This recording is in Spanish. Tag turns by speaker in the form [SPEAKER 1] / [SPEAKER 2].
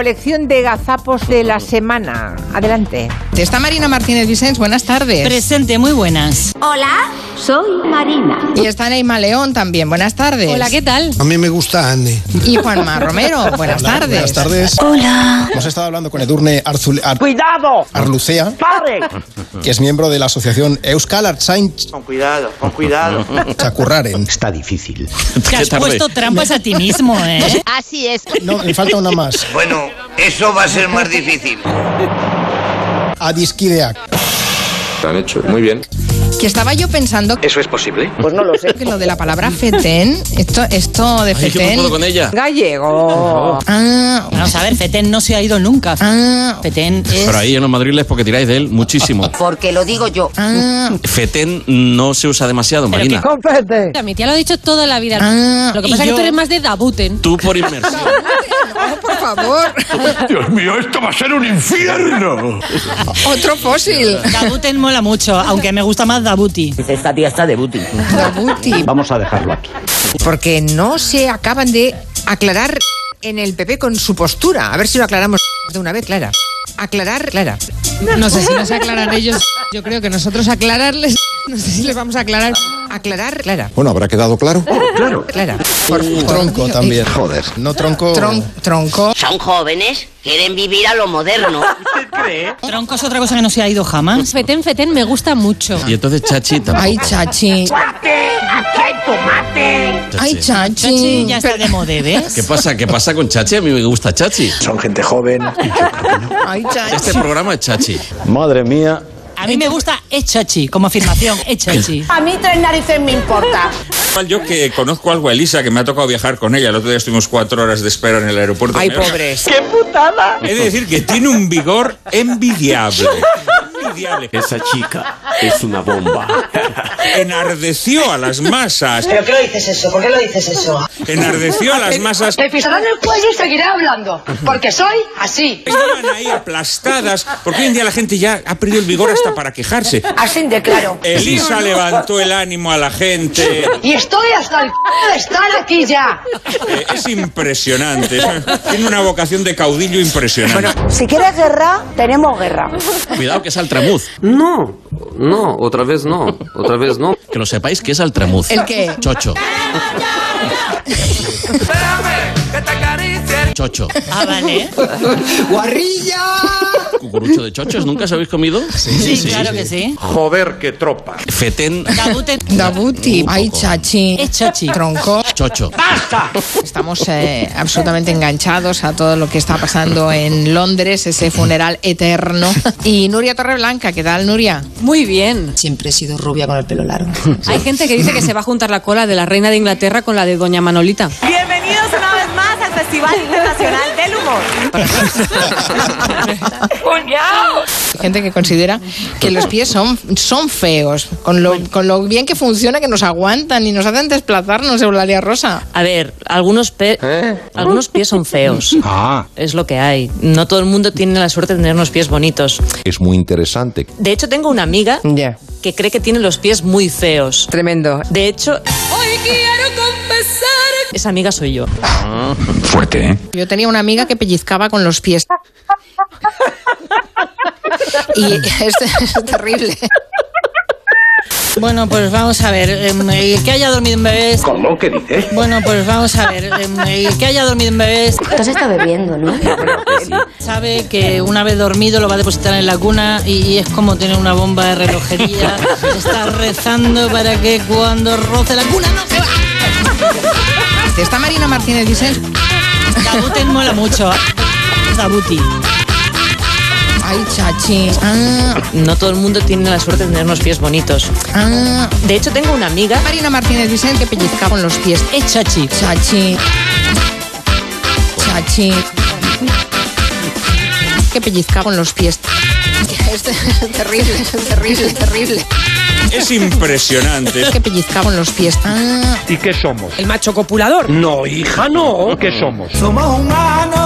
[SPEAKER 1] colección de gazapos de la semana. Adelante.
[SPEAKER 2] Está Marina Martínez Vicens, buenas tardes.
[SPEAKER 3] Presente, muy buenas.
[SPEAKER 4] Hola, soy Marina.
[SPEAKER 2] Y está Neymar León también, buenas tardes.
[SPEAKER 3] Hola, ¿qué tal?
[SPEAKER 5] A mí me gusta Andy.
[SPEAKER 2] Y Juanma Romero, buenas
[SPEAKER 5] Hola,
[SPEAKER 2] tardes.
[SPEAKER 5] Buenas tardes.
[SPEAKER 4] Hola.
[SPEAKER 5] Hemos estado hablando con Edurne Arzul- Ar-
[SPEAKER 6] ¡Cuidado!
[SPEAKER 5] Arlucea,
[SPEAKER 6] ¡Padre!
[SPEAKER 5] que es miembro de la asociación Euskal Artzain
[SPEAKER 6] Con cuidado, con cuidado.
[SPEAKER 5] Txakurraren.
[SPEAKER 7] Está difícil.
[SPEAKER 3] Te has puesto trampas a ti mismo, ¿eh?
[SPEAKER 8] Así es.
[SPEAKER 5] No, me falta una más.
[SPEAKER 9] Bueno, eso va a ser más difícil.
[SPEAKER 5] Adiskideak.
[SPEAKER 10] Lo han hecho muy bien.
[SPEAKER 2] Que estaba yo pensando
[SPEAKER 9] ¿Eso es posible?
[SPEAKER 6] Pues no lo sé.
[SPEAKER 2] que lo de la palabra fetén, esto, esto de
[SPEAKER 10] Ay, que no
[SPEAKER 2] fetén.
[SPEAKER 10] puedo con ella.
[SPEAKER 1] Gallego.
[SPEAKER 2] Ah,
[SPEAKER 3] Vamos a ver, Feten no se ha ido nunca.
[SPEAKER 2] ah,
[SPEAKER 3] Feten es...
[SPEAKER 10] Pero ahí en los madriles porque tiráis de él muchísimo.
[SPEAKER 8] Porque lo digo yo.
[SPEAKER 2] ah,
[SPEAKER 10] Fetén no se usa demasiado,
[SPEAKER 3] Pero
[SPEAKER 10] Marina.
[SPEAKER 1] Compete.
[SPEAKER 3] Mi tía lo ha dicho toda la vida.
[SPEAKER 2] ah.
[SPEAKER 3] Lo que pasa es que tú eres más de Dabuten.
[SPEAKER 10] Tú por inmersión.
[SPEAKER 2] No, por favor.
[SPEAKER 9] Dios mío, esto va a ser un infierno.
[SPEAKER 2] Otro fósil.
[SPEAKER 3] Dabuten mola mucho, aunque me gusta más Dabuti.
[SPEAKER 7] Esta tía está de booty.
[SPEAKER 2] Dabuti.
[SPEAKER 7] Vamos a dejarlo aquí.
[SPEAKER 2] Porque no se acaban de aclarar en el PP con su postura. A ver si lo aclaramos de una vez, Clara. Aclarar, Clara. No sé si nos aclaran ellos. Yo creo que nosotros aclararles. No sé si les vamos a aclarar. Aclarar, Clara.
[SPEAKER 5] Bueno, habrá quedado claro.
[SPEAKER 2] Clara.
[SPEAKER 5] Tronco también. Joder. No tronco.
[SPEAKER 2] Tron- tronco.
[SPEAKER 8] Son jóvenes, quieren vivir a lo moderno.
[SPEAKER 3] Tronco es otra cosa que no se ha ido jamás.
[SPEAKER 11] Feten Feten me gusta mucho.
[SPEAKER 10] Y entonces Chachi tampoco.
[SPEAKER 2] Ay, chachi. Ay,
[SPEAKER 3] Chachi
[SPEAKER 2] chachi.
[SPEAKER 3] ya está de
[SPEAKER 10] ¿Qué
[SPEAKER 3] modebes.
[SPEAKER 10] pasa? ¿Qué pasa con Chachi? A mí me gusta Chachi.
[SPEAKER 9] Son gente joven.
[SPEAKER 2] Ay, chachi.
[SPEAKER 10] Este programa es Chachi.
[SPEAKER 7] Madre mía.
[SPEAKER 3] A mí me gusta Echachi, como afirmación, Echachi.
[SPEAKER 4] A mí tres narices me importa.
[SPEAKER 10] Yo que conozco algo a Elisa, que me ha tocado viajar con ella. El otro día estuvimos cuatro horas de espera en el aeropuerto.
[SPEAKER 1] Ay, pobres.
[SPEAKER 6] ¡Qué putada!
[SPEAKER 10] Es decir, que tiene un vigor envidiable. envidiable.
[SPEAKER 7] Esa chica es una bomba.
[SPEAKER 10] Enardeció a las masas.
[SPEAKER 6] ¿Pero qué lo dices eso? ¿Por qué lo dices eso?
[SPEAKER 10] Enardeció a las masas.
[SPEAKER 4] Te pisarán el cuello y seguiré hablando, porque soy así.
[SPEAKER 10] Estaban ahí aplastadas, porque hoy en día la gente ya ha perdido el vigor hasta para quejarse.
[SPEAKER 4] Así de claro.
[SPEAKER 10] Elisa levantó el ánimo a la gente.
[SPEAKER 4] Y estoy hasta el c de estar aquí ya.
[SPEAKER 10] Eh, Es impresionante. Tiene una vocación de caudillo impresionante.
[SPEAKER 4] Si quieres guerra, tenemos guerra.
[SPEAKER 10] Cuidado que es Altramuz.
[SPEAKER 7] No, no, otra vez no, otra vez no.
[SPEAKER 10] Que lo sepáis que es Altramuz.
[SPEAKER 2] ¿El qué?
[SPEAKER 10] Chocho. Chocho.
[SPEAKER 3] Ah, vale.
[SPEAKER 10] ¿Cucurucho de chochos? ¿Nunca os habéis comido?
[SPEAKER 3] Sí, claro que sí.
[SPEAKER 9] Joder, qué tropa.
[SPEAKER 10] Fetén.
[SPEAKER 3] Dabuten,
[SPEAKER 2] Dabuti.
[SPEAKER 10] Un
[SPEAKER 2] Ay,
[SPEAKER 10] poco.
[SPEAKER 2] chachi.
[SPEAKER 3] Echachi.
[SPEAKER 2] Tronco.
[SPEAKER 10] Chocho.
[SPEAKER 2] Estamos eh, absolutamente enganchados a todo lo que está pasando en Londres, ese funeral eterno. Y Nuria Torreblanca, ¿qué tal, Nuria?
[SPEAKER 11] Muy bien.
[SPEAKER 2] Siempre he sido rubia con el pelo largo.
[SPEAKER 11] Hay gente que dice que se va a juntar la cola de la reina de Inglaterra con la de doña Manolita.
[SPEAKER 6] Bienvenidos una vez más al Festival Internacional del Humor. Pues ¡Cuñado!
[SPEAKER 2] Gente que considera que los pies son, son feos, con lo, con lo bien que funciona, que nos aguantan y nos hacen desplazarnos, Eulalia Rosa.
[SPEAKER 11] A ver, algunos, pe- algunos pies son feos.
[SPEAKER 7] Ah.
[SPEAKER 11] Es lo que hay. No todo el mundo tiene la suerte de tener unos pies bonitos.
[SPEAKER 7] Es muy interesante.
[SPEAKER 11] De hecho, tengo una amiga
[SPEAKER 1] Ya.
[SPEAKER 11] que cree que tiene los pies muy feos.
[SPEAKER 1] Tremendo.
[SPEAKER 11] De hecho, hoy quiero confesar. Esa amiga soy yo.
[SPEAKER 9] Fuerte, ¿eh?
[SPEAKER 2] Yo tenía una amiga que pellizcaba con los pies. Y es, es terrible.
[SPEAKER 3] Bueno, pues vamos a ver. em, El que haya dormido en bebés.
[SPEAKER 9] ¿Cómo? ¿Qué dices?
[SPEAKER 3] Bueno, pues vamos a ver. em, El que haya dormido en bebés
[SPEAKER 4] Entonces está bebiendo, ¿no?
[SPEAKER 3] sabe que una vez dormido lo va a depositar en la cuna y es como tener una bomba de relojería. Está rezando para que cuando roce la cuna no se va.
[SPEAKER 2] Está Marina Martínez Vicens.
[SPEAKER 3] Dabuten mola mucho. Dabuti.
[SPEAKER 2] Ay, chachi. Ah,
[SPEAKER 11] No todo el mundo tiene la suerte de tener unos pies bonitos.
[SPEAKER 2] ah.
[SPEAKER 11] De hecho, tengo una amiga.
[SPEAKER 2] Marina Martínez Vicens que pellizcaba con los pies.
[SPEAKER 3] Echachi.
[SPEAKER 2] Chachi. Chachi. Que pellizca con los pies. Es terrible, es terrible, terrible.
[SPEAKER 10] Es impresionante.
[SPEAKER 2] Que pellizca con los pies. Ah,
[SPEAKER 9] ¿Y qué somos?
[SPEAKER 2] el macho copulador.
[SPEAKER 9] No, hija, no. ¿Qué somos?
[SPEAKER 6] Somos humanos.